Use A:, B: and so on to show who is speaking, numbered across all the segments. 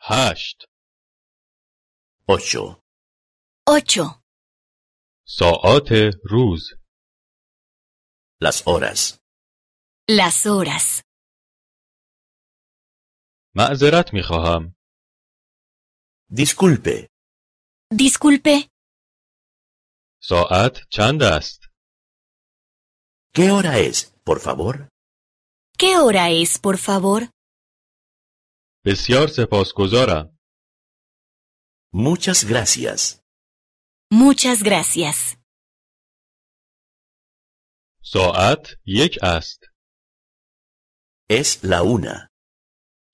A: هشت
B: ocho,
C: 8.
A: ساعات روز
B: las horas,
C: Las horas.
A: معذرت می خواهم.
B: disculpe,
C: Disculpe,
A: ساعت چند است؟
B: ¿qué hora es, por favor?
C: ¿qué hora es, por favor?
A: بسیار سپاسگزارم.
B: Muchas gracias,
C: Muchas gracias.
A: ساعت یک است.
B: es la una,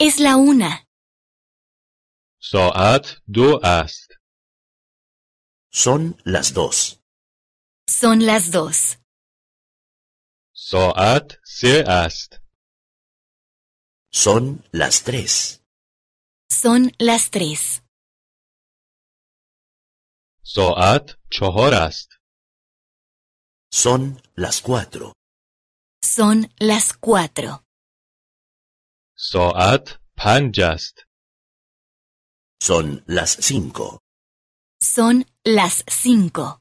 C: Es la una.
A: ساعت دو است.
B: son las dos,
C: Son las dos.
A: ساعت سه است.
B: son las tres,
C: Son las tres.
A: ساعت چهار است.
B: son las cuatro,
C: Son las cuatro.
A: ساعت پنج است.
B: son las cinco,
C: Son las cinco.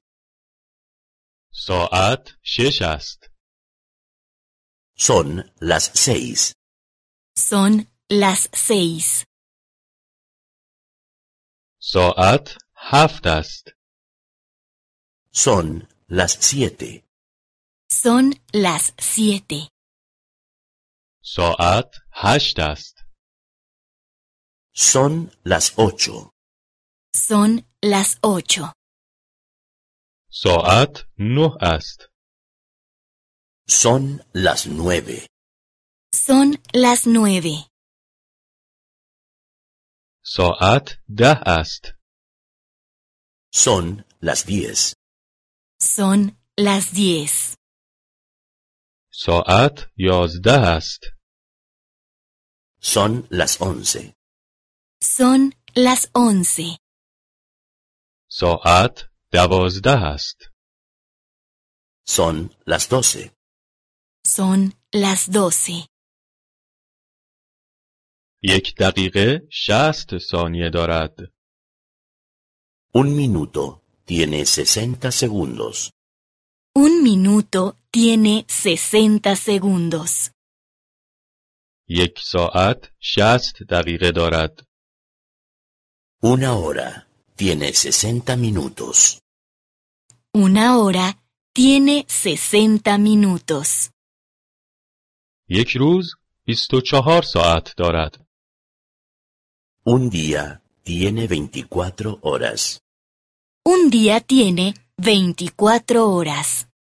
A: ساعت شش است.
B: son las seis,
C: Son las seis.
A: ساعت هفت است.
B: son las siete,
C: Son las siete.
A: ساعت هشت است.
B: son las ocho,
C: Son las ocho.
A: ساعت نه است.
B: son las nueve,
C: Son las nueve.
A: ساعت ده است.
B: son las diez,
C: Son las diez.
A: ساعت یازده است.
B: son las once,
C: Son las once.
A: ساعت دوازده است.
B: son las doce,
C: Son las doce.
A: یک دقیقه شست ثانیه دارد.
B: un minuto, tiene sesenta segundos.
C: Un minuto tiene 60 segundos.
A: یک ساعت شست دقیقه دارد.
B: Una hora tiene 60 minutos.
C: Una hora tiene 60 minutos.
A: یک روز 24 ساعت دارد.
B: Un día tiene 24 horas.
C: Un día tiene 24 horas.